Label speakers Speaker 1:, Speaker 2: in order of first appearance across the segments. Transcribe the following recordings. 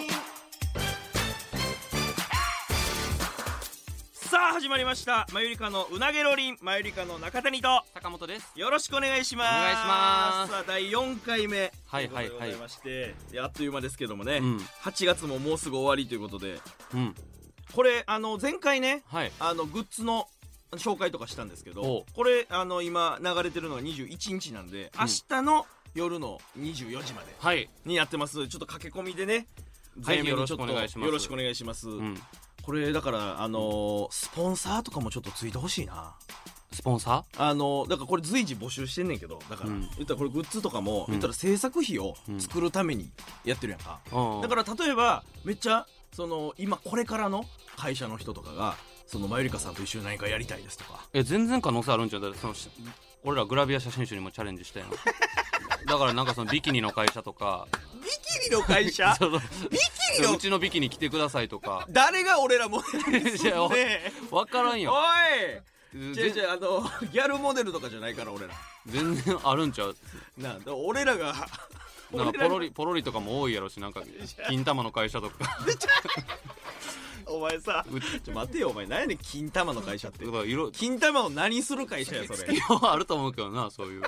Speaker 1: ん
Speaker 2: さあ始まりましたマユリカのうなげろりんマユリカの中谷と
Speaker 1: 坂本です
Speaker 2: よろしくお願いします
Speaker 1: お願いします
Speaker 2: さあ第4回目
Speaker 1: はいはいはい
Speaker 2: とうことでございましていやあっという間ですけどもね、
Speaker 1: うん
Speaker 2: 8月ももうすぐ終わりということで
Speaker 1: うん
Speaker 2: これあの前回ね
Speaker 1: はい
Speaker 2: あのグッズの紹介とかしたんですけ
Speaker 1: お
Speaker 2: ど
Speaker 1: う
Speaker 2: これあの今流れてるのが21日なんで
Speaker 1: ん
Speaker 2: 明日の夜の24時まで
Speaker 1: はい
Speaker 2: にやってますちょっと駆け込みでね
Speaker 1: はい
Speaker 2: 早めにちょっ
Speaker 1: よろしくお願いします
Speaker 2: よろしくお願いします、
Speaker 1: うん
Speaker 2: これだからあのースポンサーとかもちょっとついてほしいな
Speaker 1: スポンサ
Speaker 2: あのーだからこれ随時募集してんねんけどだから、
Speaker 1: うん
Speaker 2: 言ったらこれグッズとかも、
Speaker 1: うん
Speaker 2: 言ったら制作費を
Speaker 1: うん
Speaker 2: 作るためにやってるやんか、
Speaker 1: ー
Speaker 2: だから例えばめっちゃその今これからの会社の人とかがそのマユリカさんと一緒に何かやりたいですと か
Speaker 1: え全然可能性あるんちゃうだってそのし俺らグラビア写真集にもチャレンジした いなだからなんかそのビキニの会社とか
Speaker 2: ビキニの会社
Speaker 1: そうそう
Speaker 2: ビキニ
Speaker 1: う
Speaker 2: の
Speaker 1: ちのビキニ着てくださいとか
Speaker 2: 誰が俺らモデルに
Speaker 1: い
Speaker 2: すん
Speaker 1: やお
Speaker 2: ね
Speaker 1: 分からん
Speaker 2: ん
Speaker 1: よ
Speaker 2: おい違う
Speaker 1: 全
Speaker 2: 違うあのギャルモデルとかじゃないから俺ら
Speaker 1: 全然あるんちゃう
Speaker 2: なあだから俺らが
Speaker 1: なんか
Speaker 2: 俺ら
Speaker 1: ポ
Speaker 2: が
Speaker 1: ロリポロリとかも多いやろしなんか金玉の会社とか
Speaker 2: お前さ
Speaker 1: うち
Speaker 2: ちょ待てよお前何やねん金玉の会社って
Speaker 1: だから いろ
Speaker 2: 金玉を何する会社やそれ
Speaker 1: いやあると思うけどなそういう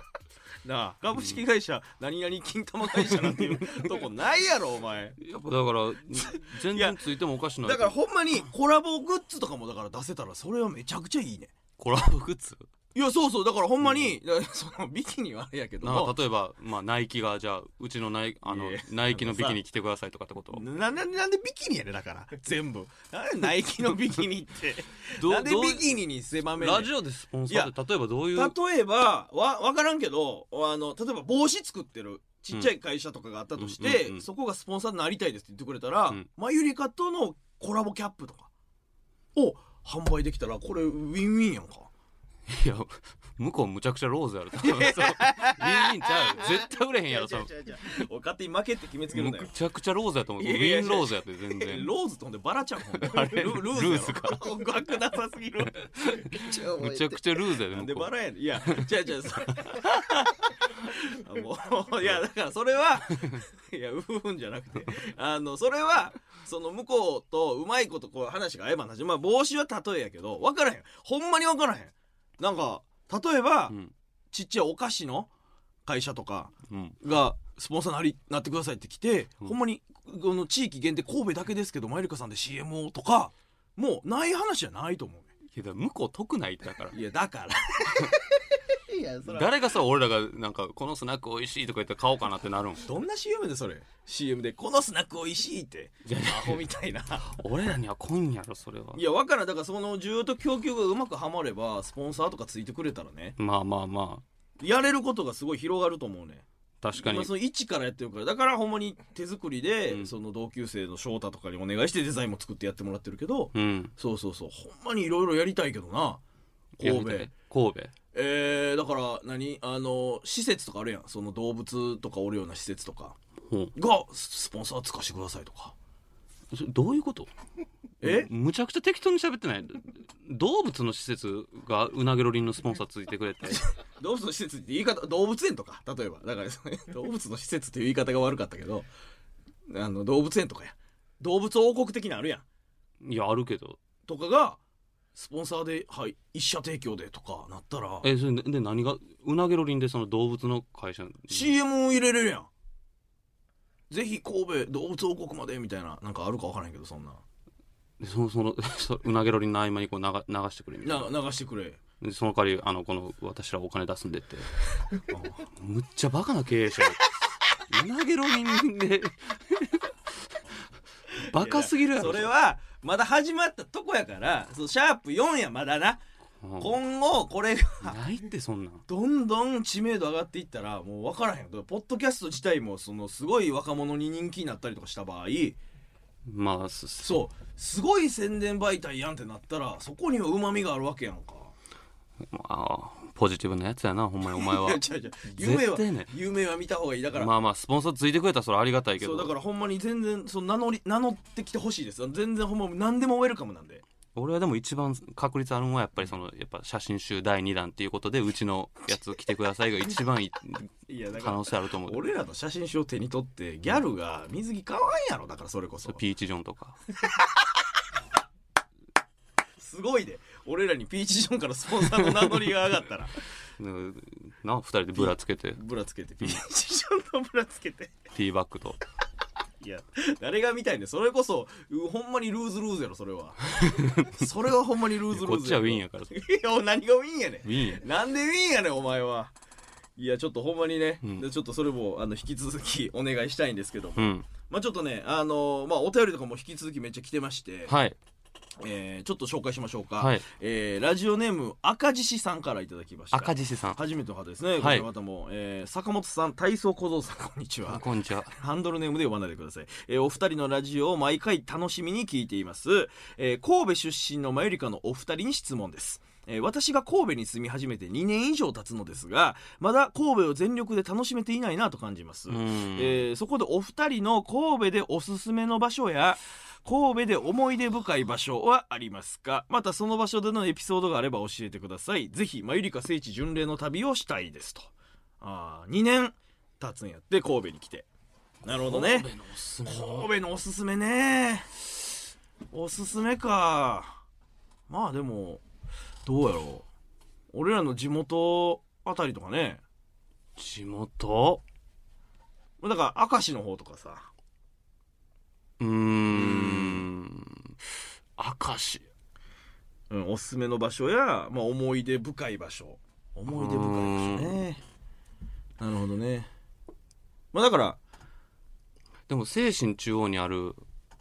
Speaker 2: なあ株式会社何々金玉会社なんて いうとこ ないやろお前
Speaker 1: やっぱだから全然ついてもおかしない
Speaker 2: だからほんまにコラボグッズとかもだから出せたらそれはめちゃくちゃいいね
Speaker 1: コラボグッズ
Speaker 2: いやそうそうだからほんまに、だからそのビキニはあれやけど
Speaker 1: なん
Speaker 2: も
Speaker 1: か例えば、まあ、ナイキがじゃあうちのナイあの
Speaker 2: いや
Speaker 1: ナイキのビキニ着てくださいとかってこと
Speaker 2: なななんでビキニやねだから全部なんでナイキのビキニって
Speaker 1: どう
Speaker 2: なんで
Speaker 1: どう
Speaker 2: ビキニに狭めんねん
Speaker 1: ラジオでスポンサーって例えばどういう
Speaker 2: 例えばわ分からんけどあの例えば帽子作ってるちっちゃい会社とかがあったとして、
Speaker 1: うんうんうん
Speaker 2: そこがスポンサーになりたいですって言ってくれたら、
Speaker 1: うん
Speaker 2: マユリカとのコラボキャップとかを販売できたらこれウィンウィ ンやんか
Speaker 1: いや向こうむちゃくちゃローズやるとそうビンビンちゃう絶対売れへんやろ多分
Speaker 2: 違う違う違う俺勝手に負けって決めつけるんだよ
Speaker 1: むちゃくちゃローズやと思うウ
Speaker 2: いやいや
Speaker 1: ィンローズやって全
Speaker 2: え
Speaker 1: 然
Speaker 2: ローズ飛んでバラちゃんほんで
Speaker 1: あれ
Speaker 2: ルルーズ
Speaker 1: ルーズ か
Speaker 2: 音楽なさすぎる
Speaker 1: むちゃくちゃルーズやで
Speaker 2: なん
Speaker 1: 向
Speaker 2: で
Speaker 1: こ
Speaker 2: バラやねんい や違う違うそれもういやだからそれはいやうーんじゃなくてあのそれはその向こうとうまいことこう話が合えば話まあ帽子は例えやけど分からへんほんまに分からへんなんか例えば、
Speaker 1: ううん
Speaker 2: ちっちゃいお菓子の会社とか
Speaker 1: うん
Speaker 2: がスポンサーなりなってくださいって来て、
Speaker 1: うん
Speaker 2: ほんまにこの地域限定神戸だけですけどマユリカさんで CM をとかもうない話じゃないと思うね
Speaker 1: いやだから向こう得ないだから
Speaker 2: いやだからいやそ
Speaker 1: 誰がさ俺らがなんかこのスナック美味しいとか言って買おうかなってなるん
Speaker 2: どんな CM でそれ CM でこのスナック美味しいってアホみたいな
Speaker 1: 俺らには来んやろそれはい
Speaker 2: やわからんだからその需要と供給がうまくはまればスポンサーとかついてくれたらね
Speaker 1: まあまあま
Speaker 2: やれることがすごい広がると思うね
Speaker 1: あ確かに
Speaker 2: 今その一からやってるからだからほんまに手作りで、
Speaker 1: うん
Speaker 2: その同級生の翔太とかにお願いしてデザインも作ってやってもらってるけど、
Speaker 1: うん
Speaker 2: そうそうそうほんまにいろいろやりたいけどな神戸
Speaker 1: やりたい神戸
Speaker 2: えー、だから何あの施設とかあるやんその動物とかおるような施設とか
Speaker 1: うん
Speaker 2: がスポンサーつかしてくださいとか
Speaker 1: それどういうこと
Speaker 2: え
Speaker 1: むちゃくちゃ適当に喋ってない動物の施設がうなげろりんのスポンサーついてくれ て
Speaker 2: 動物の施設って言い方動物園とか例えばだから その動物の施設っていう言い方が悪かったけどあの動物園とかや動物王国的なのあるやん
Speaker 1: いやあるけど
Speaker 2: とかがスポンサーで、はい、一社提供でとかなったら
Speaker 1: えそれでで何がうなげろりんでその動物の会社
Speaker 2: CM を入れれるやんぜひ神戸動物王国までみたいななんかあるか分からんけどそんな
Speaker 1: でそのその そううなげろりの合間にこう流流してくれみたい
Speaker 2: な流してくれ
Speaker 1: なでその代わりあのこの私らお金出すんでってあむっちゃバカな経営者うなげろりん でバカすぎるやろ
Speaker 2: それはまだ始まったとこやからそうシャープ4やまだな
Speaker 1: うん
Speaker 2: 今後これが
Speaker 1: ないってそんなん
Speaker 2: どんどん知名度上がっていったらもう分からへんポッドキャスト自体もそのすごい若者に人気になったりとかした場合
Speaker 1: まあすす
Speaker 2: そうすごい宣伝媒体やんってなったらそこにはうまみがあるわけやんか
Speaker 1: まあポジティブなやつやなほんまにお 前はい
Speaker 2: や違う違う夢は
Speaker 1: 絶対ね
Speaker 2: 夢は見た方がいいだから、
Speaker 1: まあまあスポンサーついてくれたらそれありがたいけ
Speaker 2: そ
Speaker 1: ど
Speaker 2: うだからほんまに全然その名乗り名乗ってきてほしいです全然ほんま何でもウェルカムなんで
Speaker 1: 俺はでも一番確率あるのはやっぱりそのやっぱ写真集第2弾っていうことでうちのやつ来てくださいが一番いい
Speaker 2: いやだか
Speaker 1: 可
Speaker 2: ら
Speaker 1: 能性あると思う
Speaker 2: 俺らの写真集を手に取ってギャルが水着買わんやろだからそれこそ
Speaker 1: ピーチジョンとか
Speaker 2: すごいで俺らにピーチジョンからスポンサーの名乗りが上がったら
Speaker 1: うんな2人でブラつけて
Speaker 2: ブラつけ てピーチジョンのブラつけて
Speaker 1: ティーバッグと
Speaker 2: いや誰が見たいねんそれこそうほんまにルーズルーズやろそ れはそれはほんまにルーズルーズ
Speaker 1: こっちはウィンやからウ
Speaker 2: いや何がウィンやねん
Speaker 1: ィンや
Speaker 2: なんでウィンやねんお前はいやちょっとほんまにね、
Speaker 1: うん
Speaker 2: でちょっとそれもあの引き続きお願いしたいんですけども、
Speaker 1: うん
Speaker 2: まあちょっとねあのまあお便りとかも引き続きめっちゃ来てまして、
Speaker 1: はい
Speaker 2: えーちょっと紹介しましょうか、
Speaker 1: はい
Speaker 2: えーラジオネーム赤獅子さんからいただきました
Speaker 1: 赤獅子さん
Speaker 2: 初めての方ですね、
Speaker 1: はい
Speaker 2: この方も、えー坂本さん体操小僧さんこんにちは
Speaker 1: こんにちは
Speaker 2: ハンドルネームで呼ばないでください。えーお二人のラジオを毎回楽しみに聞いています。えー神戸出身のマユリカのお二人に質問です。えー私が神戸に住み始めて2年以上経つのですが、まだ神戸を全力で楽しめていないなと感じます。
Speaker 1: うん
Speaker 2: えーそこでお二人の神戸でおすすめの場所や神戸で思い出深い場所はありますかまたその場所でのエピソードがあれば教えてくださいぜひマユリカ聖地巡礼の旅をしたいですとあ2年経つんやって神戸に来てなるほどね
Speaker 1: 神戸のおすすめ
Speaker 2: 神戸のおすすめねおすすめかまあでもどうやろう俺らの地元あたりとかね
Speaker 1: 地元
Speaker 2: だから明石の方とかさ
Speaker 1: うーん明石
Speaker 2: うん、おすすめの場所や、まあ、思い出深い場所思い出深い場所ねなるほどねまあだから
Speaker 1: でも精神中央にある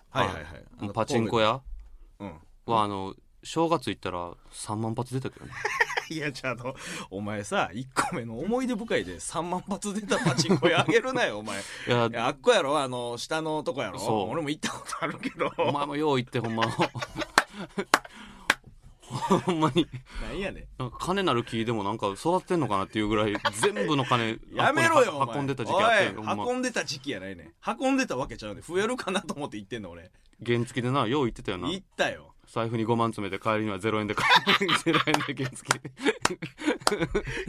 Speaker 2: はいはいはい
Speaker 1: あのパチンコ
Speaker 2: や、
Speaker 1: 屋
Speaker 2: うん、
Speaker 1: はあの正月行ったら3万発出たけどね
Speaker 2: いやちゃん とお前さ1個目の思い出深いで3万発出たパチンコ屋あげる なよお前い
Speaker 1: いや
Speaker 2: やあっこやろあの下のとこやろ
Speaker 1: そう
Speaker 2: 俺も行ったことあるけど
Speaker 1: お前もよう行ってほんまほんまに
Speaker 2: なんやねん
Speaker 1: なんか金なる木でもなんか育ってんのかなっていうぐらい全部の金
Speaker 2: やめろよ
Speaker 1: あ
Speaker 2: お
Speaker 1: っこに運
Speaker 2: 前
Speaker 1: んでた時期あったよほ
Speaker 2: お
Speaker 1: ん
Speaker 2: い
Speaker 1: ま
Speaker 2: 運んでた時期やないねん運んでたわけちゃうねん増えるかなと思って行ってんの俺
Speaker 1: 原付でなよう行ってたよな
Speaker 2: 行ったよ
Speaker 1: 財布に5万詰めて帰りには0円で帰る 0円で原付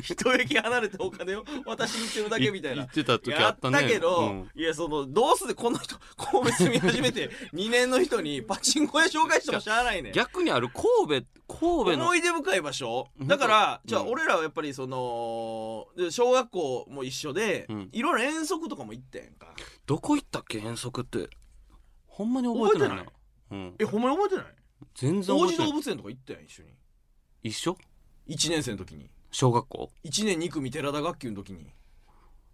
Speaker 2: 一駅離れてお金を渡しに行ってるだけみたいな
Speaker 1: 行ってた時あったね
Speaker 2: やけど、
Speaker 1: うん
Speaker 2: いやそのどうすでこの人 神戸住み始めて2年の人にパチンコ屋紹介してもしゃあないねん
Speaker 1: 逆にある神戸神戸の
Speaker 2: 思い出深い場所
Speaker 1: うん
Speaker 2: だからじゃあ
Speaker 1: うん
Speaker 2: 俺らはやっぱりそので小学校も一緒で、
Speaker 1: うん
Speaker 2: いろいろ遠足とかも行ったやんか
Speaker 1: どこ行ったっけ遠足ってほんまに覚えてないな
Speaker 2: 覚
Speaker 1: うん
Speaker 2: えほんまに覚えてない
Speaker 1: 全然
Speaker 2: 王
Speaker 1: 覚え
Speaker 2: 子
Speaker 1: てな
Speaker 2: 動
Speaker 1: い
Speaker 2: 物園とか行ったやん一緒に
Speaker 1: 一緒
Speaker 2: 1年生の時に
Speaker 1: 小学校
Speaker 2: 1年2組寺田学級の時に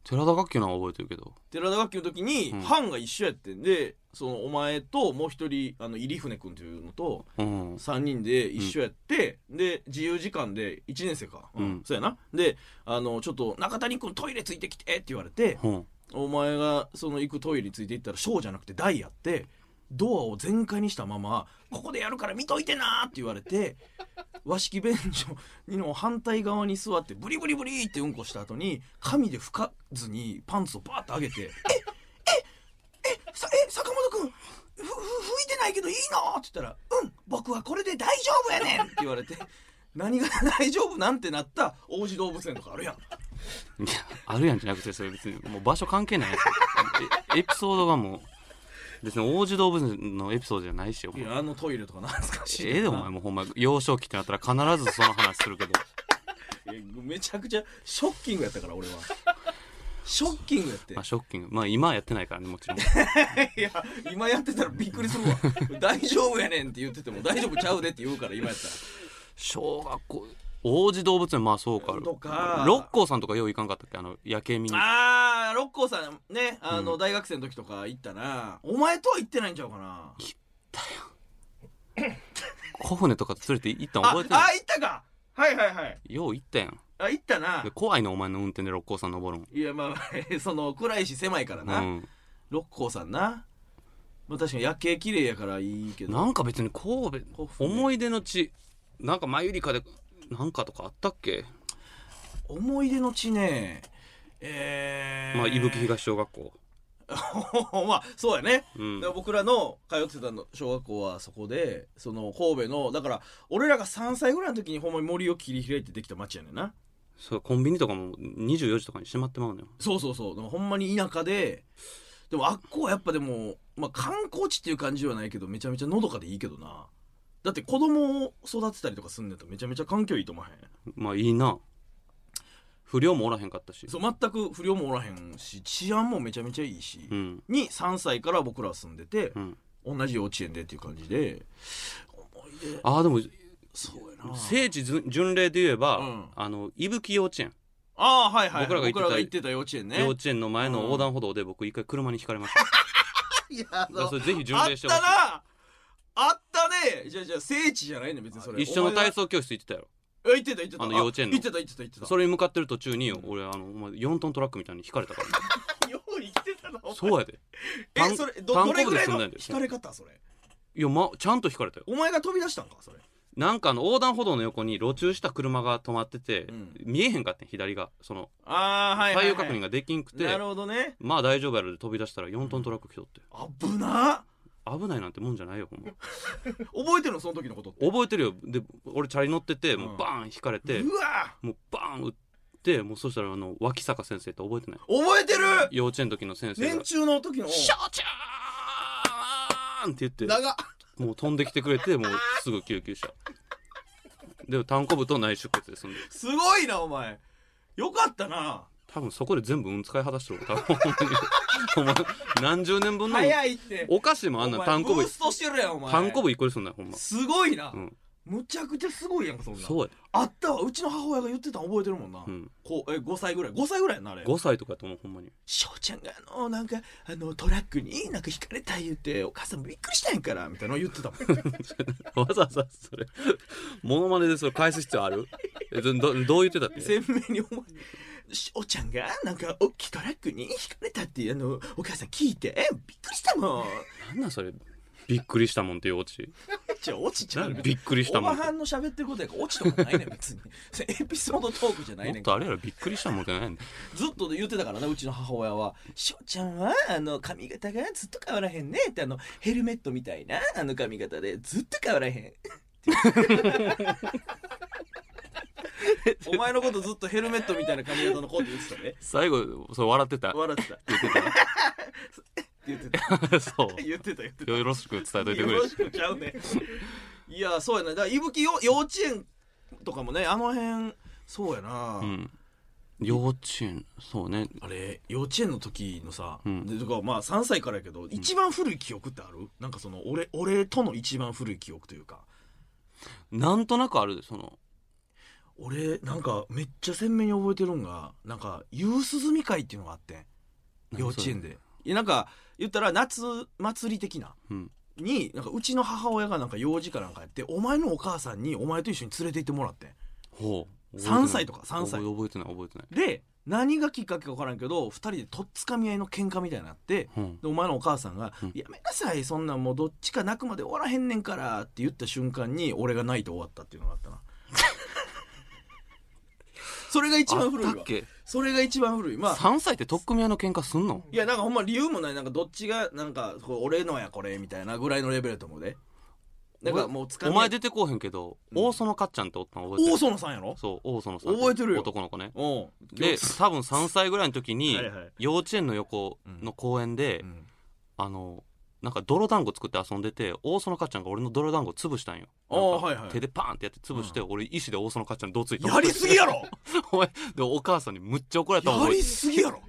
Speaker 1: 寺田学級のは覚えてるけど
Speaker 2: 寺田学級の時に
Speaker 1: うん
Speaker 2: 班が一緒やってんでそのお前ともう一人あの入船君というのと、
Speaker 1: うん
Speaker 2: 3人で一緒やって、で自由時間で1年生か、うん
Speaker 1: うん
Speaker 2: そうやなであのちょっと中谷君トイレついてきてって言われて
Speaker 1: うん
Speaker 2: お前がその行くトイレについて行ったら小じゃなくて大やってドアを全開にしたまま「ここでやるから見といてな」って言われて 和式便所の反対側に座ってブリブリブリってうんこした後に紙で拭かずにパンツをバーッと上げて「えええさえ坂本君ふふ拭いてないけどいいの?」って言ったら「うん僕はこれで大丈夫やねん」って言われて 何が大丈夫なんてなった王子動物園とかあるやん。
Speaker 1: いやあるやんじゃなくてそれ別にもう場所関係ないやつえエピソードがもう別に王子動物のエピソードじゃないしよ
Speaker 2: いやあのトイレとか懐かしいな
Speaker 1: ええでお前もうほんま幼少期ってなったら必ずその話するけど
Speaker 2: えめちゃくちゃショッキングやったから俺はショッキングやって
Speaker 1: まあ、ショッキングまあ今はやってないからねもちろん
Speaker 2: いや今やってたらびっくりするわ大丈夫やねんって言ってても大丈夫ちゃうでって言うから今やったら
Speaker 1: 小学校王子動物園まあそうか
Speaker 2: とか
Speaker 1: 六甲さんとかよう行かんかったっけあの夜景見に
Speaker 2: ああ六甲さんねあの、
Speaker 1: うん
Speaker 2: 大学生の時とか行ったらお前とは行ってないんちゃうかな
Speaker 1: 小船とか連れて行ったん
Speaker 2: ああ
Speaker 1: 覚
Speaker 2: 行
Speaker 1: えてない
Speaker 2: ったかはいはいはい
Speaker 1: よう行ったやん
Speaker 2: あ行ったな
Speaker 1: で怖いのお前の運転で六甲山登るん
Speaker 2: いやまあ その暗いし狭いからな、
Speaker 1: うん、
Speaker 2: 六甲さんな、まあ、確かに夜景綺麗やからいいけど
Speaker 1: なんか別に神戸
Speaker 2: 甲府ね
Speaker 1: 思い出の地なんかマユリカでなんかとかあったっけ、
Speaker 2: 思い出の地ねえー、
Speaker 1: まあ伊吹東小学校
Speaker 2: まあそうやね、
Speaker 1: うん
Speaker 2: だから僕らの通ってたの小学校はそこでその神戸のだから俺らが3歳ぐらいの時にほんまに森を切り開いてできた町やねんな
Speaker 1: そうコンビニとかも24時とかに閉まってまうのよ
Speaker 2: そうそうそうでもほんまに田舎ででもあっこはやっぱでも、まあ、観光地っていう感じではないけどめちゃめちゃのどかでいいけどなだって子供を育てたりとかすんねんとめちゃめちゃ環境いいと思わへん
Speaker 1: まあいいな不良もおらへんかったし
Speaker 2: そう全く不良もおらへんし治安もめちゃめちゃいいし、
Speaker 1: うん
Speaker 2: に3歳から僕らは住んでて
Speaker 1: う、ん
Speaker 2: 同じ幼稚園でっていう感じで思い出
Speaker 1: ああでも
Speaker 2: そうやな
Speaker 1: 聖地巡巡礼で言えば、
Speaker 2: うん
Speaker 1: あの伊吹幼稚園、
Speaker 2: ああはいはい
Speaker 1: 僕らが行ってた
Speaker 2: 行ってた幼稚園ね
Speaker 1: 幼 稚園の前の横断歩道で僕一回車にひかれました、
Speaker 2: いやあ
Speaker 1: だからそ
Speaker 2: の
Speaker 1: れぜひ巡
Speaker 2: あっ
Speaker 1: 礼してほ
Speaker 2: た
Speaker 1: しい
Speaker 2: なあったねじゃあじゃあ聖地じゃないね別にそれ
Speaker 1: 一緒の体
Speaker 2: 体
Speaker 1: 操教室行ってたやろ
Speaker 2: 行ってた行ってた
Speaker 1: あの幼稚園の
Speaker 2: 行ってた行ってた行ってた
Speaker 1: それに向かってる途中に俺あのお前4トントラックみたいにひかれたから、
Speaker 2: よう生きてたなお前
Speaker 1: そうやで
Speaker 2: えそれど
Speaker 1: 単
Speaker 2: どれ
Speaker 1: 行
Speaker 2: ぐ
Speaker 1: 部で
Speaker 2: らい
Speaker 1: 住んだん
Speaker 2: の
Speaker 1: だよ
Speaker 2: 引かれ方それ
Speaker 1: いや、ま、ちゃんとひかれたよ
Speaker 2: お前が飛び出したんかそれ
Speaker 1: なんかあの横断歩道の横に路中した車が止まってて、
Speaker 2: うん
Speaker 1: 見えへんかったん左がその
Speaker 2: ああはいは
Speaker 1: 太
Speaker 2: い、
Speaker 1: 陽
Speaker 2: はい、
Speaker 1: 確認ができんくて、
Speaker 2: なるほどね
Speaker 1: まあ大丈夫やろで飛び出したら4トントラック来とって
Speaker 2: 危な
Speaker 1: 危ないなんてもんじゃないよほんま
Speaker 2: 覚えてるのその時のことって
Speaker 1: 覚えてるよで俺チャリ乗っててもううんバーン引かれて、
Speaker 2: うわ
Speaker 1: もうバーン打ってもうそしたらあの脇坂先生って覚えてない
Speaker 2: 覚えてる
Speaker 1: 幼稚園の時の先生
Speaker 2: 年
Speaker 1: が
Speaker 2: 中の時
Speaker 1: 「
Speaker 2: の
Speaker 1: ショーちゃーん!」って言って
Speaker 2: 長っ
Speaker 1: もう飛んできてくれてもうすぐ救急車でも単行部と内出血ですんです
Speaker 2: ごいなお前よかったな
Speaker 1: 多分そこで全部運使い果たしてるわ多分お前何十年分の
Speaker 2: 早いって
Speaker 1: お菓子もあんな
Speaker 2: お
Speaker 1: ん
Speaker 2: 前
Speaker 1: 単行
Speaker 2: ブ
Speaker 1: 部
Speaker 2: ーストしてるやんお前
Speaker 1: 単行部一個ですんなんほんます
Speaker 2: ごいな、
Speaker 1: うん
Speaker 2: むちゃくちゃすごいやんかそんなん
Speaker 1: そうやで
Speaker 2: あったわうちの母親が言ってたの覚えてるもんな、
Speaker 1: うん
Speaker 2: こうえ5歳ぐらい5歳ぐらいやんなあれ
Speaker 1: 5歳とかやと思うほんまに
Speaker 2: 翔ちゃんがあのなんかあのトラックになんか引かれた言うてお母さんびっくりしたんやからみたいなの言ってたもん
Speaker 1: わざわざそれモノマネでそれ返す必要あるえどどどう言ってたって
Speaker 2: 鮮明にお前翔ちゃんがなんか大きいトラックに引かれたってあのお母さん聞いてびっくりしたもん
Speaker 1: なんなんそれびっくりしたもんって幼稚
Speaker 2: じゃあ落ちちゃ
Speaker 1: な
Speaker 2: うん
Speaker 1: でびっくりしたもん
Speaker 2: お
Speaker 1: っ
Speaker 2: ば
Speaker 1: て
Speaker 2: はんの喋ってることやから落ちとかないね ん別にそれエピソードトークじゃない
Speaker 1: も
Speaker 2: ね
Speaker 1: っ
Speaker 2: ん
Speaker 1: とあれやろびっくりしたもんってないんだ
Speaker 2: ずっと言ってたからねうちの母親は「翔ちゃんはあの髪型がずっと変わらへんね」ってあのヘルメットみたいなあの髪型でずっと変わらへんって言ってお前のことずっとヘルメットみたいな髪型の子って言ってたね
Speaker 1: 最後そう笑ってた
Speaker 2: 笑ってた
Speaker 1: 言って
Speaker 2: 言ってた
Speaker 1: た そう
Speaker 2: 言ってた言ってた
Speaker 1: よろしく伝えといてく
Speaker 2: よ
Speaker 1: れ
Speaker 2: ろしくちゃうねいやそうやなだからいぶきよ幼稚園とかもねあの辺そうやな、
Speaker 1: うん幼稚園そうね
Speaker 2: あれ幼稚園の時のさ、
Speaker 1: うん
Speaker 2: でとかまあ3歳からやけど一番古い記憶ってある、なんかその俺俺との一番古い記憶というか
Speaker 1: なんとなくあるでその
Speaker 2: 俺なんかめっちゃ鮮明に覚えてるんがなんか夕涼み会っていうのがあってん幼稚園でいやなんか言ったら夏祭り的な
Speaker 1: うん
Speaker 2: になんかうちの母親がなんか用事かなんかやってお前のお母さんにお前と一緒に連れて行ってもらってん
Speaker 1: ほう
Speaker 2: 3歳とか3歳
Speaker 1: 覚えてない覚えてない
Speaker 2: で何がきっかけか分からんけど2人でとっつかみ合いの喧嘩みたいになって
Speaker 1: 覚えてない、うん
Speaker 2: でお前のお母さんが「
Speaker 1: うん
Speaker 2: やめなさいそんなんもうどっちか泣くまで終わらへんねんから」って言った瞬間に俺が泣いて終わったっていうのがあったな それが一番古い
Speaker 1: あ
Speaker 2: わ
Speaker 1: ったっけ、
Speaker 2: それが一番古いまあ
Speaker 1: 3歳って取っ組み合いの喧嘩すんの
Speaker 2: いやなんかほんま理由もないなんかどっちがなんかこれ俺のやこれみたいなぐらいのレベルだと思うでなんかもうつか
Speaker 1: お前出てこうへんけど、
Speaker 2: うん
Speaker 1: 大園かっちゃんっておったの覚えてる
Speaker 2: 大園さんやろ
Speaker 1: そう大園さん
Speaker 2: 覚えてるよ
Speaker 1: 男の子ね
Speaker 2: おう
Speaker 1: で多分3歳ぐらいの時に
Speaker 2: はいはい
Speaker 1: 幼稚園の横の公園で、
Speaker 2: うん
Speaker 1: あのなんか泥団子作って遊んでて大園かっちゃんが俺の泥団子潰したんよ
Speaker 2: あー
Speaker 1: なんか
Speaker 2: はいはい
Speaker 1: 手でパーンってやって潰して、俺石で大園かっちゃんにどついた
Speaker 2: やりすぎやろ
Speaker 1: お前でお母さんにむっちゃ怒られた
Speaker 2: や
Speaker 1: 覚え
Speaker 2: りすぎやろ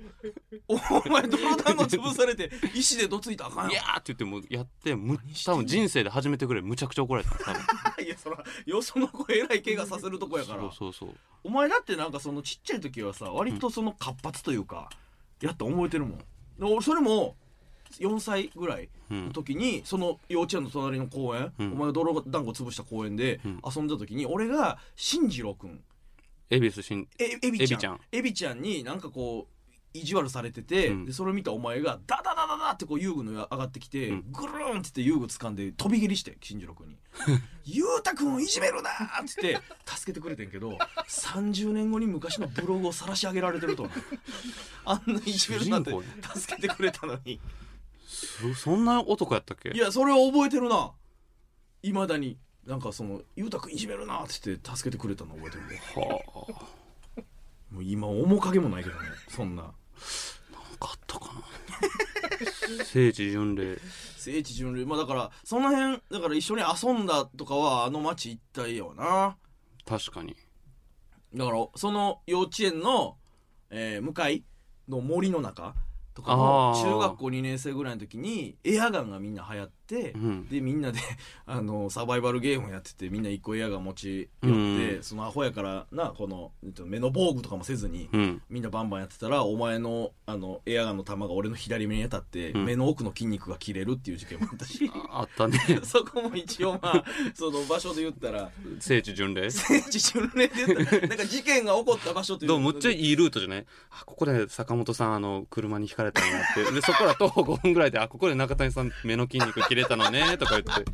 Speaker 2: お前泥団子潰されて石でどついたらあかん
Speaker 1: いや
Speaker 2: やん
Speaker 1: ーって言ってもうやってむ
Speaker 2: 何してん
Speaker 1: 多
Speaker 2: の
Speaker 1: 分人生で初めてくらいむちゃくちゃ怒られたんです多分
Speaker 2: い やそらよその子えらい怪我させるとこやから
Speaker 1: そうそうそう
Speaker 2: お前だってなんかそのちっちゃい時はさ割とその活発というか、やった覚えてるもんで俺それも4歳ぐらいの時に、その幼稚園の隣の公園、
Speaker 1: うん
Speaker 2: お前が泥団子潰した公園で
Speaker 1: うん
Speaker 2: 遊んだ時に、俺が進次郎君
Speaker 1: 恵比寿新
Speaker 2: えエビちゃんエビち
Speaker 1: ち
Speaker 2: ゃ
Speaker 1: ゃ
Speaker 2: ん
Speaker 1: ん
Speaker 2: になんかこう意地悪されてて、
Speaker 1: うん
Speaker 2: でそれを見たお前がダダダダダってこう遊具の上がってきて、
Speaker 1: うん
Speaker 2: ぐるーんってって遊具掴んで飛び蹴りして新次郎君 に「ゆうたくんをいじめるな!」っつって助けてくれてんけど30年後に昔のブログを晒し上げられてる とはあんないじめるなんて
Speaker 1: 主人
Speaker 2: 助けてくれたのに
Speaker 1: そそんな男やったっけ
Speaker 2: いやそれを覚えてるないまだになんかその「ゆうたくんいじめるな!」っつって助けてくれたの覚えてるね
Speaker 1: はあ
Speaker 2: もう今面影もないけどねそんな。
Speaker 1: かったかな聖地巡礼
Speaker 2: 聖地巡礼まあだからその辺だから一緒に遊んだとかはあの町一体よな
Speaker 1: 確かに
Speaker 2: だからその幼稚園の、えー向かいの森の中とか
Speaker 1: あ
Speaker 2: も
Speaker 1: ー
Speaker 2: 中学校2年生ぐらいの時にエアガンがみんな流行って、
Speaker 1: うん
Speaker 2: でみんなで あのサバイバルゲームやっててみんな一個エアガン持ち寄って、
Speaker 1: うん
Speaker 2: そのアホやからなこのえっと目の防具とかもせずに、
Speaker 1: うん
Speaker 2: みんなバンバンやってたらお前のあのエアガンの弾が俺の左目に当たって、
Speaker 1: うん
Speaker 2: 目の奥の筋肉が切れるっていう事件もあっ たし
Speaker 1: ああったね
Speaker 2: そこも一応まあその場所で言ったら
Speaker 1: 聖地巡礼
Speaker 2: 聖地巡礼で言ったらなんか事件が起こった場所という
Speaker 1: でもむっちゃ
Speaker 2: い
Speaker 1: いいルートじゃないあここで坂本さんあの車にひかれたのってでそこら徒歩5分ぐらいであここで中谷さん目の筋肉切れたのねとか言って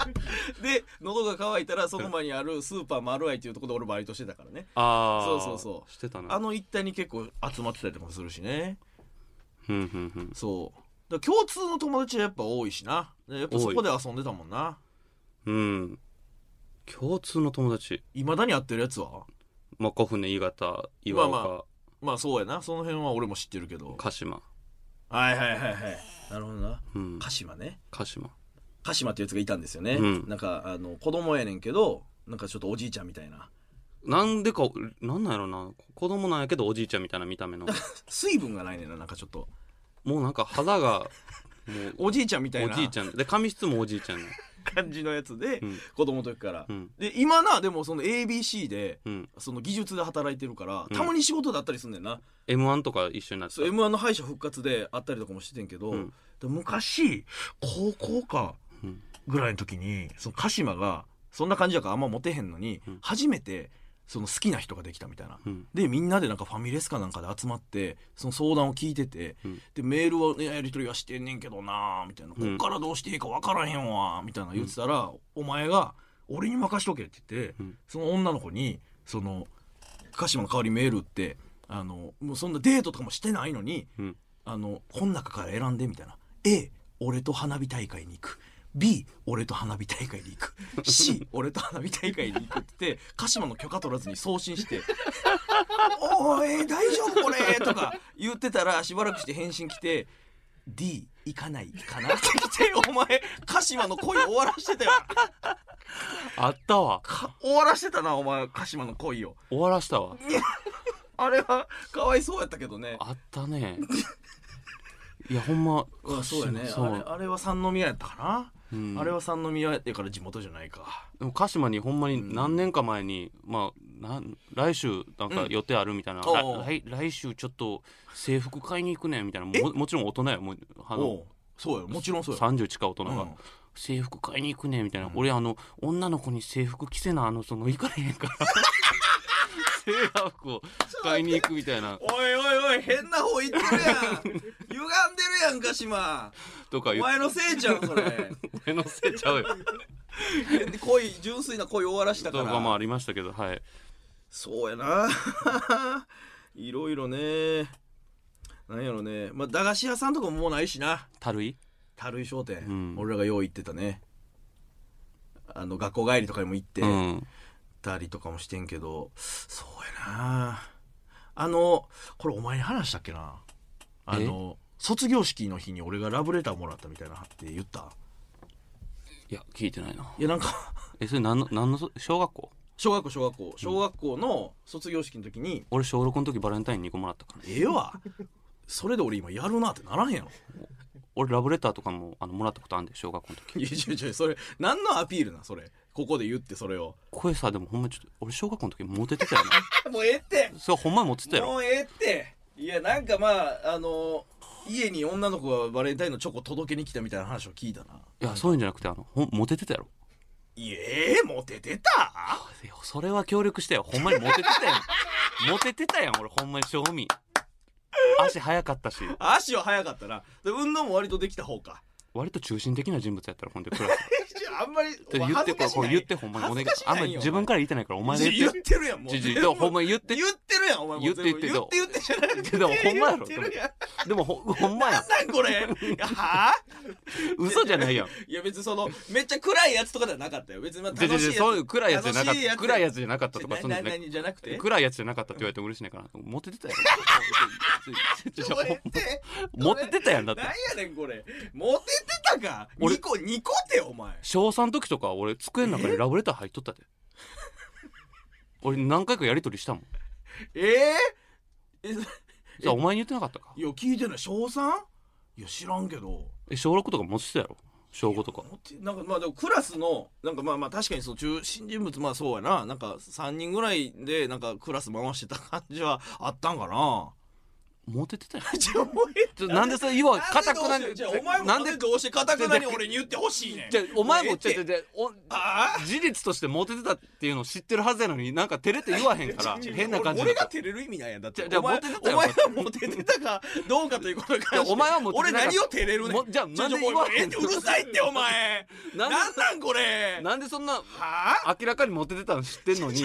Speaker 2: で喉が渇いたらそこまでにあるスーパーマルアイっていうところで俺バイトしてたからね
Speaker 1: ああ
Speaker 2: そうそうそう
Speaker 1: してたな
Speaker 2: あの一帯に結構集まってたりとかもするしね
Speaker 1: うんうんうん
Speaker 2: そうだから共通の友達はやっぱ多いしなでやっぱそこで遊んでたもんな
Speaker 1: うん共通の友達
Speaker 2: いまだに会ってるやつは
Speaker 1: まあ古墳ね伊方岩岡、
Speaker 2: まあままあそうやなその辺は俺も知ってるけど
Speaker 1: 鹿島
Speaker 2: はいはいはいはいなるほどな
Speaker 1: うん
Speaker 2: 鹿島ね
Speaker 1: 鹿島
Speaker 2: 鹿島ってやつがいたんですよね、
Speaker 1: うん
Speaker 2: なんかあの子供やねんけどなんかちょっとおじいちゃんみたいな
Speaker 1: なんでかなんなんやろな子供なんやけどおじいちゃんみたいな見た 目の
Speaker 2: 水分がないねんななんかちょっと
Speaker 1: もうなんか肌がもう
Speaker 2: おじいちゃんみたい
Speaker 1: お
Speaker 2: な
Speaker 1: じいちゃんで髪質もおじいちゃんね
Speaker 2: 感じのやつで、
Speaker 1: うん
Speaker 2: 子供の時から、
Speaker 1: うん
Speaker 2: で今なでもその ABC で
Speaker 1: うん
Speaker 2: その技術で働いてるから、
Speaker 1: うん
Speaker 2: たまに仕事だったりすんねんな
Speaker 1: m 1とか一緒になってた
Speaker 2: そう m 1の敗者復活であったりとかもしててんけど、
Speaker 1: うん
Speaker 2: で昔高校か
Speaker 1: うん
Speaker 2: ぐらいの時にその鹿島がそんな感じやからあんまモテへんのに、
Speaker 1: うん
Speaker 2: 初めてその好きな人ができたみたいな
Speaker 1: うん
Speaker 2: でみんなでなんかファミレスかなんかで集まってその相談を聞いてて、
Speaker 1: うん
Speaker 2: でメールを、ね、やり取りはしてんねんけどなーみたいな、
Speaker 1: うん
Speaker 2: こっからどうしていいか分からへんわーみたいな言ってたら、お前が「俺に任しとけ」って言って、
Speaker 1: うん
Speaker 2: その女の子にその鹿島の代わりメール打ってあのもうそんなデートとかもしてないのに、
Speaker 1: うん
Speaker 2: あのこの中から選んでみたいな A 俺と花火大会に行く B 俺と花火大会に行く C 俺と花火大会に行くって言って鹿島の許可取らずに送信して「おい大丈夫これ」とか言ってたらしばらくして返信来て「D 行かないかな」って来てお前鹿島の恋終わらしてたよ
Speaker 1: あったわ
Speaker 2: か終わらしてたなお前鹿島の恋を
Speaker 1: 終わらしたわ
Speaker 2: あれはかわいそうやったけどね
Speaker 1: あったね いやほんま
Speaker 2: うわそうやね
Speaker 1: そ
Speaker 2: あれ
Speaker 1: う
Speaker 2: あれは三宮やったかな、
Speaker 1: うん
Speaker 2: あれは三宮やから地元じゃないか
Speaker 1: でも鹿島にほんまに何年か前に、まあなん来週なんか予定あるみたいな、
Speaker 2: んおうおう
Speaker 1: ら来来週ちょっと制服買いに行くねんみたいなももちろん大人やもうあ
Speaker 2: お
Speaker 1: の
Speaker 2: うそうやもちろんそうや
Speaker 1: 30近い大人が、
Speaker 2: うん
Speaker 1: 制服買いに行くねんみたいな、俺あの女の子に制服着せなあのその行かれへんから 制服を買いに行くみたいな
Speaker 2: おいおいおい変な方行 ってるやん歪んでるやん鹿島
Speaker 1: とか
Speaker 2: お
Speaker 1: 言って
Speaker 2: 前のせいちゃん それ
Speaker 1: 俺のせいちゃうよ
Speaker 2: 変で恋純粋な恋終わらしたか
Speaker 1: と
Speaker 2: ら
Speaker 1: かもありましたけどはい
Speaker 2: そうやな いろいろねなんやろねまあ駄菓子屋さんとかももうないしな
Speaker 1: たるい
Speaker 2: 樽井商店、
Speaker 1: うん
Speaker 2: 俺らがよう行ってたねあの学校帰りとかにも行って、
Speaker 1: うん
Speaker 2: ったりとかもしてんけどそうやなあのこれお前に話したっけなあの卒業式の日に俺がラブレターもらったみたいなって言った
Speaker 1: いや聞いてないない
Speaker 2: やなんか
Speaker 1: えそれ何の何のそ小学校
Speaker 2: 小学校小学校小学校の卒業式の時に
Speaker 1: 俺小6の時バレンタイン2個もらったからね
Speaker 2: ええわそれで俺今やるなってならへんやろ
Speaker 1: 俺ラブレターとかもあのもらったことあるんで小学校の時
Speaker 2: いやちょちょそれ何のアピールなんそれここで言ってそれを
Speaker 1: 声さでもほんまちょっと俺小学校の時モテてたよな
Speaker 2: もうええって
Speaker 1: それほんまにモテてたやろ
Speaker 2: もうええっていやなんかまああの家に女の子がバレンタインのチョコ届けに来たみたいな話を聞いたない
Speaker 1: やそういうんじゃなくてあのほんモテてたやろ
Speaker 2: いええモテてた
Speaker 1: いやそれは協力したよほんまにモテてた やんモテてたやん俺ほんまに正味足速かったし
Speaker 2: 足は速かったなで運動も割とできた方か
Speaker 1: 割と中心的な人物やったらほんでクラス
Speaker 2: いやあんまり
Speaker 1: で言ってこれこれ言ってほんまにお願いあんまり自分
Speaker 2: か
Speaker 1: から言ってないからお
Speaker 2: ら
Speaker 1: 前が
Speaker 2: 言
Speaker 1: 言
Speaker 2: っ
Speaker 1: って
Speaker 2: てるやんもう
Speaker 1: じじ
Speaker 2: 全部
Speaker 1: ほんまに言って
Speaker 2: 言ってるやんお前も
Speaker 1: 言
Speaker 2: う
Speaker 1: って言って
Speaker 2: 全部言って言ってじゃなく
Speaker 1: で
Speaker 2: て
Speaker 1: もほんまやろ
Speaker 2: 言ってるやん
Speaker 1: でもほほんまやん
Speaker 2: なんこれはあ
Speaker 1: 嘘じゃないやん
Speaker 2: いや別に そのめっちゃ暗いやつとかではなかったよ別にまあ楽
Speaker 1: じゃじゃ
Speaker 2: し
Speaker 1: じ
Speaker 2: いや
Speaker 1: ゃ
Speaker 2: つ
Speaker 1: そういう暗いやつじゃなかっ
Speaker 2: 楽しい
Speaker 1: た暗いやつじゃなかったとかそんな
Speaker 2: なな
Speaker 1: ね
Speaker 2: 何じゃなく て
Speaker 1: 暗いやつじゃなかったって言われても嬉しいねんからモテてたや
Speaker 2: どうやっ
Speaker 1: ろ
Speaker 2: て
Speaker 1: モテてたやんだって
Speaker 2: なんやねんこれモテてたか
Speaker 1: 俺
Speaker 2: ニコニコてお前
Speaker 1: 小3の時とか俺机の中にラブレター入っとったで俺何回かやり取りしたもん
Speaker 2: えええ
Speaker 1: じゃあお前に言ってなかったか
Speaker 2: いや聞いてない小 3? いや知らんけど
Speaker 1: え小6とか持ちてたやろ小5とか
Speaker 2: モテなんかまあでもクラスのなんかまあまあ確かにその中心人物まあそうやななんか3人ぐらいでなんかクラス回してた感じはあったんかな
Speaker 1: モテてたやん
Speaker 2: じゃあもうええ
Speaker 1: ちょなんでそれ言わんかたくな
Speaker 2: んで
Speaker 1: に
Speaker 2: どうしてじゃあお前も
Speaker 1: な
Speaker 2: なんん
Speaker 1: で
Speaker 2: でどうしてかたくなに俺に言ってほしいねん
Speaker 1: じゃあお前もちょ
Speaker 2: え
Speaker 1: ちょ
Speaker 2: えって
Speaker 1: ちょお
Speaker 2: ああ
Speaker 1: 事実としてモテてたっていうのを知ってるはずやのになんか照れて言わへんから
Speaker 2: 違う違う
Speaker 1: 変な感じ
Speaker 2: 俺
Speaker 1: だ
Speaker 2: が
Speaker 1: と
Speaker 2: 照れる意味なんやんだっ
Speaker 1: じ
Speaker 2: て
Speaker 1: ゃあじゃあ
Speaker 2: お前
Speaker 1: モテてたよ
Speaker 2: お前がモテてたかどうかということに関し
Speaker 1: い
Speaker 2: て
Speaker 1: やお前はモテてな
Speaker 2: 俺
Speaker 1: かった
Speaker 2: 何を照れるね
Speaker 1: もじゃあ
Speaker 2: ちょ
Speaker 1: なんで
Speaker 2: ちょ
Speaker 1: 言わ
Speaker 2: もうえ
Speaker 1: へ
Speaker 2: え
Speaker 1: ん
Speaker 2: ってうるさいってお前
Speaker 1: な
Speaker 2: なんん
Speaker 1: で
Speaker 2: なんこれ
Speaker 1: なんでそんな
Speaker 2: はあ
Speaker 1: 明らかにモテてたの知ってん のに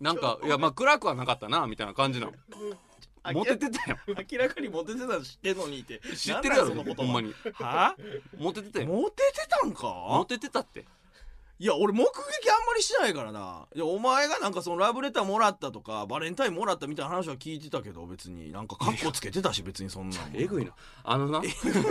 Speaker 1: なんかいやまあ暗くはなかったなみたいな感じなのモテてたよ
Speaker 2: 明らかにモテてたの知ってんのにって
Speaker 1: 知ってるやろ
Speaker 2: なんなんその言葉
Speaker 1: ほんまに
Speaker 2: はあ
Speaker 1: モテてたよ
Speaker 2: モテてたん
Speaker 1: モ
Speaker 2: か
Speaker 1: テてたって
Speaker 2: いや俺目撃あんまりしてないからないやお前がなんかそのラブレターもらったとかバレンタインもらったみたいな話は聞いてたけど別になんかカッコつけてたし別にそんなん
Speaker 1: えぐいなあのな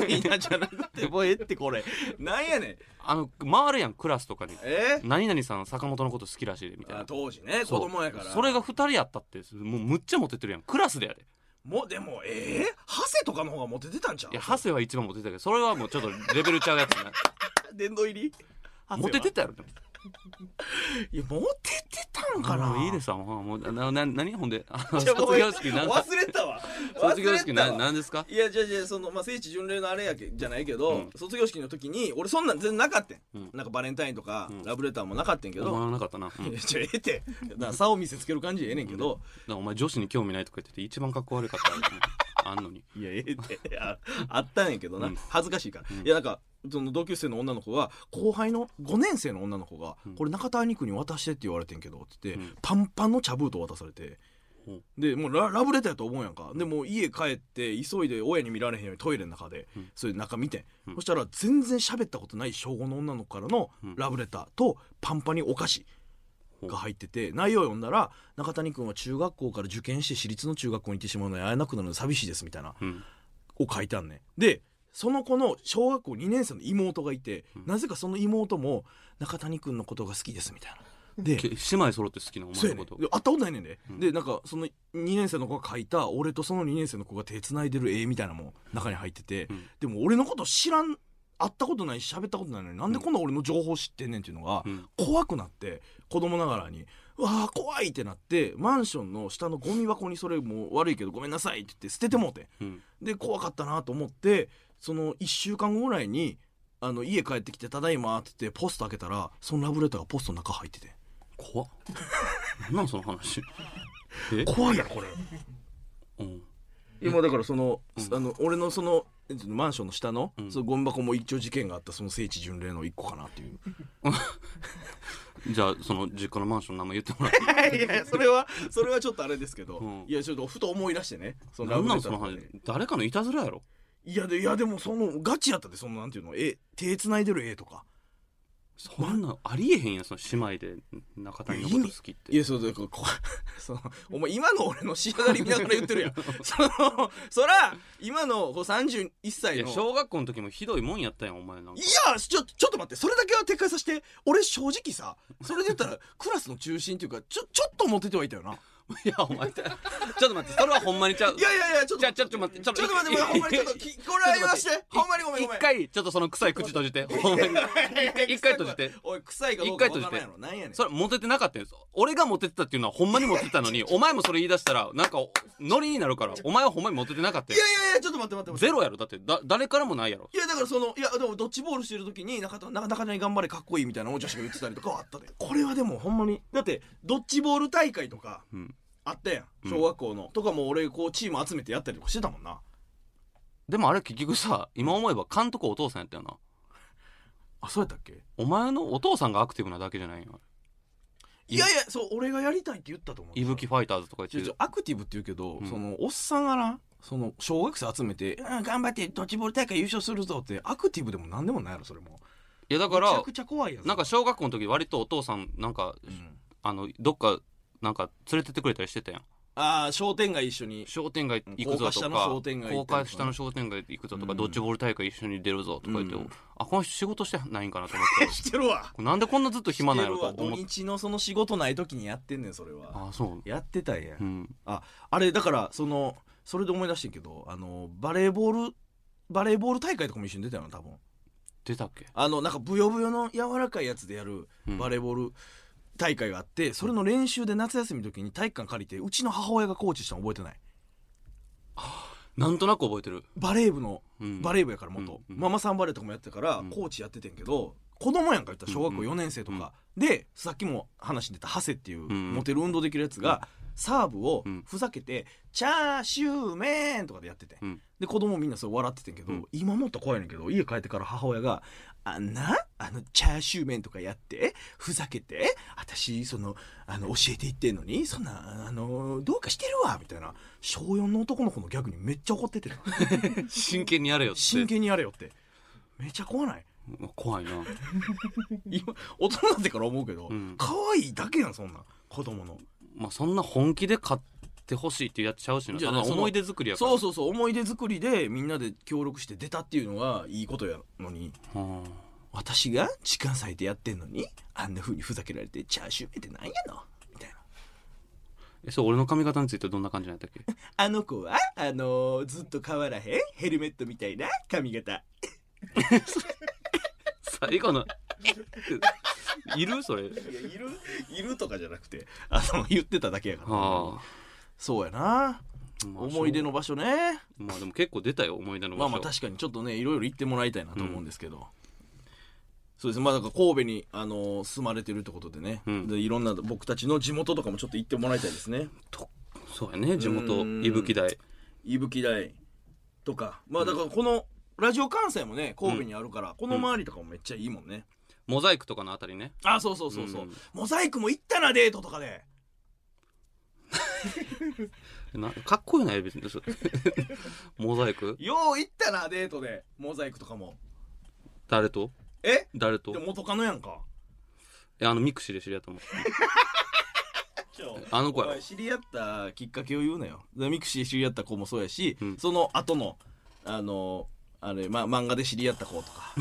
Speaker 1: い
Speaker 2: なじゃなくてもうええってこれなんやねん
Speaker 1: あの回るやんクラスとかに
Speaker 2: え
Speaker 1: 何々さん坂本のこと好きらしいでみたい
Speaker 2: あ
Speaker 1: な
Speaker 2: 当時ね
Speaker 1: そ
Speaker 2: 子
Speaker 1: う
Speaker 2: 供やから
Speaker 1: それが2人やったってもうむっちゃモテてるやんクラスでやで
Speaker 2: もうでもええハセとかの方がモテてたんちゃう
Speaker 1: いやハセは一番モテてたけどそれはもうちょっとレベルちゃうや つな
Speaker 2: 殿堂入り
Speaker 1: モテてたやろでも
Speaker 2: いやモテてたんかな
Speaker 1: あいいですわもうもうなな何ほんであの
Speaker 2: じゃあもう
Speaker 1: 卒業式なんか
Speaker 2: 忘れたわ
Speaker 1: 卒業式な
Speaker 2: 忘れたわ
Speaker 1: 何ですか
Speaker 2: いやじゃあじゃあそのまあ聖地巡礼のあれやけじゃないけど、
Speaker 1: うん
Speaker 2: 卒業式の時に俺そんなん全然なかったん、
Speaker 1: うん
Speaker 2: なんかバレンタインとか、
Speaker 1: うん
Speaker 2: ラブレターもなかったんけ
Speaker 1: お前
Speaker 2: ど、
Speaker 1: はなかったな、うん
Speaker 2: いやじゃあええってな差を見せつける感じええねんけど、
Speaker 1: なお前女子に興味ないとか言ってて一番かっこ悪か ったあんのに
Speaker 2: いやええってあ あったんやけどな、
Speaker 1: うん
Speaker 2: 恥ずかしいから、
Speaker 1: うん
Speaker 2: いやなんかその同級生の女の子が後輩の5年生の女の子が「
Speaker 1: うん
Speaker 2: これ中田兄君に渡して」って言われてんけどつって、
Speaker 1: うん
Speaker 2: パンパンの茶封筒渡されて
Speaker 1: うん。
Speaker 2: でもうララブレターやと思うやんかでもう家帰って急いで親に見られへんようにトイレの中で、
Speaker 1: うん
Speaker 2: それで中見てん、
Speaker 1: うん
Speaker 2: そしたら全然喋ったことない小5の女の子からの
Speaker 1: うん
Speaker 2: ラブレターとパンパンにお菓子が入ってて内容を読んだら「中谷君は中学校から受験して私立の中学校に行ってしまうのに会えなくなるので寂しいです」みたいな
Speaker 1: うん
Speaker 2: を書いたんねでその子の小学校2年生の妹がいて、
Speaker 1: うん
Speaker 2: なぜかその妹も中谷君のことが好きですみたいなで
Speaker 1: け姉妹揃って好きなお
Speaker 2: そう
Speaker 1: 前
Speaker 2: やね
Speaker 1: のこ
Speaker 2: んで
Speaker 1: と
Speaker 2: 会ったことないねんで、
Speaker 1: うん
Speaker 2: でなんかその2年生の子が書いた俺とその2年生の子が手繋いでる絵みたいなのも中に入ってて、
Speaker 1: うん
Speaker 2: でも俺のこと知らん会ったことないし喋ったことないのになんでこんな俺の情報知ってんねんっていうのが
Speaker 1: うん
Speaker 2: 怖くなって子供ながらに「うわあ怖い!」ってなってマンションの下のゴミ箱にそれもう悪いけどごめんなさいって言って捨ててもうてん
Speaker 1: うん
Speaker 2: で怖かったなと思ってその1週間後ぐらいにあの家帰ってきて「ただいま」って言ってポスト開けたらそのラブレターがポストの中入ってて
Speaker 1: 怖っ何なんその話え
Speaker 2: 怖いやろこれ
Speaker 1: うん
Speaker 2: 今だからその,、
Speaker 1: うん
Speaker 2: あの俺のそのえっとマンションの下の,、
Speaker 1: うん
Speaker 2: そのゴミ箱も一応事件があったその聖地巡礼の一個かなっていう
Speaker 1: じゃあその実家のマンションの名前言っても らっていい
Speaker 2: いやいやそれはそれはちょっとあれですけど、
Speaker 1: うん
Speaker 2: いやちょっとふと思い出してねそのラ
Speaker 1: 何なん
Speaker 2: ブレタ
Speaker 1: そ
Speaker 2: ー
Speaker 1: の
Speaker 2: とか
Speaker 1: 話
Speaker 2: ね
Speaker 1: 誰かのいたずらやろ
Speaker 2: いやでいやでもそのガチやったでそのなんていうのえ手繋いでる絵とか
Speaker 1: そんなありえへんやんその姉妹で中谷のこと好きっ
Speaker 2: い
Speaker 1: て
Speaker 2: やそうだからこ そのお前今の俺の仕上がり見ながら言って るやんそのそら今のこう31
Speaker 1: い
Speaker 2: 歳
Speaker 1: や
Speaker 2: の
Speaker 1: 小学校の時もひどいもんやったやんお前なん
Speaker 2: い
Speaker 1: か
Speaker 2: やちょちょっと待ってそれだけは撤回させて俺正直さそれで言ったらクラスの中心っていうかちょちょっとモテてはいたよな
Speaker 1: いやお前 ちょっと待ってそれはほんまにちゃう
Speaker 2: いやいやいやちょっ
Speaker 1: じゃあち
Speaker 2: と
Speaker 1: ょっと待ってちょっ
Speaker 2: ちょっと待ってごめんほんまにちょっときこれは言わしてほんまにごめんごめん
Speaker 1: 一回ちょっとその臭い口閉じ てほんまに一回閉じて
Speaker 2: おい臭いかどうか
Speaker 1: 一回閉
Speaker 2: 分
Speaker 1: じ
Speaker 2: か
Speaker 1: て
Speaker 2: らんやろなんやねん
Speaker 1: それモテてなかったんです俺がモテてたっていうのはほんまにモテてたの にお前もそれ言い出したらなんかノリになるからお前はほんまにモテてなかった
Speaker 2: い
Speaker 1: よ
Speaker 2: やいやいやちょっと待って待って待って
Speaker 1: ゼロやろだってだ誰からもないやろ
Speaker 2: いやだからそのいやでもドッジボールしてる時に中田中中田に頑張れかっこいいみたいなのを女子が言ってたりとかはあったでこれはでもほんまにだってドッジボール大会とか
Speaker 1: うん
Speaker 2: あったやん
Speaker 1: うん
Speaker 2: 小学校の、とかも俺こうチーム集めてやったりとかしてたもんな
Speaker 1: でもあれ結局さ今思えば監督お父さんやったよな
Speaker 2: あそうやったっけ
Speaker 1: お前のお父さんがアクティブなだけじゃないよ
Speaker 2: いやいやそう俺がやりたいって言ったと思う
Speaker 1: いぶきファイターズとか
Speaker 2: ち
Speaker 1: 言
Speaker 2: ょ
Speaker 1: っ
Speaker 2: ち
Speaker 1: て
Speaker 2: ょアクティブって言うけど、
Speaker 1: うん
Speaker 2: そのおっさんがなその小学生集めて「うん頑張ってドッジボール大会優勝するぞ」ってアクティブでも何でもないやろそれも
Speaker 1: いやだか
Speaker 2: めちゃ
Speaker 1: ら
Speaker 2: くちゃ怖いやつ
Speaker 1: なんか、小学校の時割とお父さんなんか、
Speaker 2: うん
Speaker 1: あのどっかなんか連れてってくれたりしてたやん
Speaker 2: ああ商店街一緒に
Speaker 1: 商店街行くぞと
Speaker 2: 高架下の
Speaker 1: か
Speaker 2: 商店街行
Speaker 1: 高
Speaker 2: ったりとかね
Speaker 1: 架下の商店街行くぞとか、
Speaker 2: うん
Speaker 1: ドッジボール大会一緒に出るぞとか言って、
Speaker 2: うん
Speaker 1: あこの人仕事してないんかなと思って
Speaker 2: 知ってるわ
Speaker 1: これなんでこんなずっと暇なんやろと
Speaker 2: 知ってるわ
Speaker 1: 思っ
Speaker 2: 土
Speaker 1: て
Speaker 2: 日のその仕事ない時にやってんねんそれは
Speaker 1: あそう
Speaker 2: やってたんや、
Speaker 1: うん
Speaker 2: あれだからそのそれで思い出してんけどあのバレーボールバレーボール大会とかも一緒に出たよな多分
Speaker 1: 出たっけ、
Speaker 2: あのなんかブヨブヨの柔らかいやつでやる
Speaker 1: うん
Speaker 2: バレーボール大会があって、それの練習で夏休みの時に体育館借りてうちの母親がコーチしたの覚えてない
Speaker 1: なんとなく覚えてる、
Speaker 2: バレー部の
Speaker 1: うん、
Speaker 2: バレー部やから元、
Speaker 1: うんうん
Speaker 2: ママさんバレーとかもやってたから、
Speaker 1: うん
Speaker 2: コーチやっててんけど子供やんか言ったら小学校
Speaker 1: うんうん
Speaker 2: 4年生とか、でさっきも話に出たハセっていう、
Speaker 1: ん
Speaker 2: モテる運動できるやつが、サーブを
Speaker 1: うん
Speaker 2: ふざけて「チャーシューメン!」とかでやってて、
Speaker 1: うん
Speaker 2: で子供みんなそれ笑っててんけど、
Speaker 1: うん
Speaker 2: 今もっと怖いねんけど家帰ってから母親が「あんなあのチャーシューメンとかやってふざけて私そのあの教えていってんのにそんなあのどうかしてるわ」みたいな小4の男の子のギャグにめっちゃ怒っててな。
Speaker 1: 真剣にやれよって
Speaker 2: 真剣にやれよってめちゃ怖ない
Speaker 1: うん怖いな
Speaker 2: 今大人になってから思うけど、
Speaker 1: うん
Speaker 2: 可愛いだけやんそんなん子供の
Speaker 1: まあそんな本気で買ってほしいってやっちゃうしな
Speaker 2: じゃあ
Speaker 1: ただ
Speaker 2: その
Speaker 1: 思い出作りやから
Speaker 2: そうそうそう思い出作りでみんなで協力して出たっていうのがいいことやのに
Speaker 1: うん
Speaker 2: 私が時間割いてやってんのにあんな風にふざけられてチャーシューメンってなんやのみたいな
Speaker 1: えそう俺の髪型についてどんな感じなんだっけ
Speaker 2: あの子はあのーずっと変わらへんヘルメットみたいな髪型
Speaker 1: 最後の いるそれ
Speaker 2: いやいるいるとかじゃなくてあの言ってただけやから、
Speaker 1: は
Speaker 2: そうやな
Speaker 1: あまあ
Speaker 2: 思い出の場所ね
Speaker 1: まあでも結構出たよ思い出の場
Speaker 2: まあ
Speaker 1: 所
Speaker 2: まあ確かにちょっとねいろいろ言ってもらいたいなと思うんですけど、そうですねまあだから神戸に、あのー住まれてるってことでね、
Speaker 1: うん
Speaker 2: でいろんな僕たちの地元とかもちょっと行ってもらいたいですね
Speaker 1: そうやね地元
Speaker 2: うん
Speaker 1: 伊吹台
Speaker 2: 伊吹台とかまあだからこの、ラジオ関西もね神戸にあるから、この周りとかもめっちゃいいもんね、
Speaker 1: モザイクとかのあたりね
Speaker 2: あそうそうそうそう、
Speaker 1: うん
Speaker 2: モザイクも行ったなデートとかで
Speaker 1: なかっこいいな別に モザイク
Speaker 2: よう行ったなデートでモザイクとかも
Speaker 1: 誰と
Speaker 2: え
Speaker 1: 誰と
Speaker 2: でも元カノやんか
Speaker 1: えあのミクシーで知り合ったもんあの子やろ
Speaker 2: おい知り合ったきっかけを言うなよでミクシーで知り合った子もそうやし、
Speaker 1: うん
Speaker 2: その後のあのあれ、ま、漫画で知り合った子とか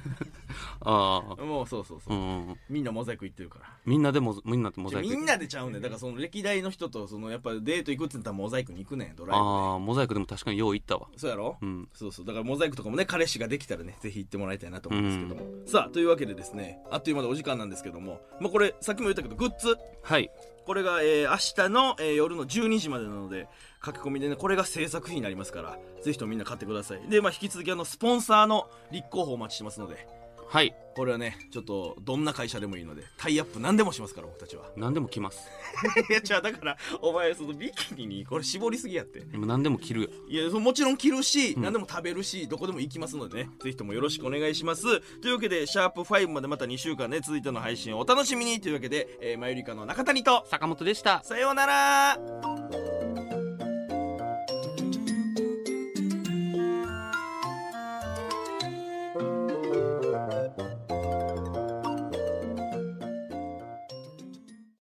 Speaker 1: ああ
Speaker 2: もうそうそうそ
Speaker 1: う
Speaker 2: う、
Speaker 1: ん
Speaker 2: みんなモザイク行ってるから
Speaker 1: みんなでもみんなでモ
Speaker 2: じ
Speaker 1: ザ
Speaker 2: ゃあ
Speaker 1: イク
Speaker 2: みんなでちゃうねんだからその歴代の人とそのやっぱデート行くって言ったらモザイクに行くねんドライブ
Speaker 1: ああモザイクでも確かによう行ったわ
Speaker 2: でそうやろ、
Speaker 1: うん
Speaker 2: そうそうだからモザイクとかもね彼氏ができたらねぜひ行ってもらいたいなと思うんですけども、さあというわけでですねあっという間でお時間なんですけども、まあ、これさっきも言ったけどグッズ
Speaker 1: はい
Speaker 2: これが、えー明日の、えー夜の12時までなので書き込みでねこれが制作費になりますからぜひともみんな買ってくださいで、まあ、引き続きあのスポンサーの立候補お待ちしてますので
Speaker 1: はい
Speaker 2: これはねちょっとどんな会社でもいいのでタイアップ何でもしますから僕たちは
Speaker 1: 何でも着ます
Speaker 2: いやじゃあだからお前そのビキニにこれ絞りすぎやって
Speaker 1: でも何でも着るよ
Speaker 2: いやそもちろん着るし、
Speaker 1: ん
Speaker 2: 何でも食べるしどこでも行きますのでねぜひともよろしくお願いしますというわけでシャープ5までまた2週間ね続いての配信をお楽しみにというわけで、えー、マユリカの中谷と
Speaker 1: 坂本でした
Speaker 2: さようなら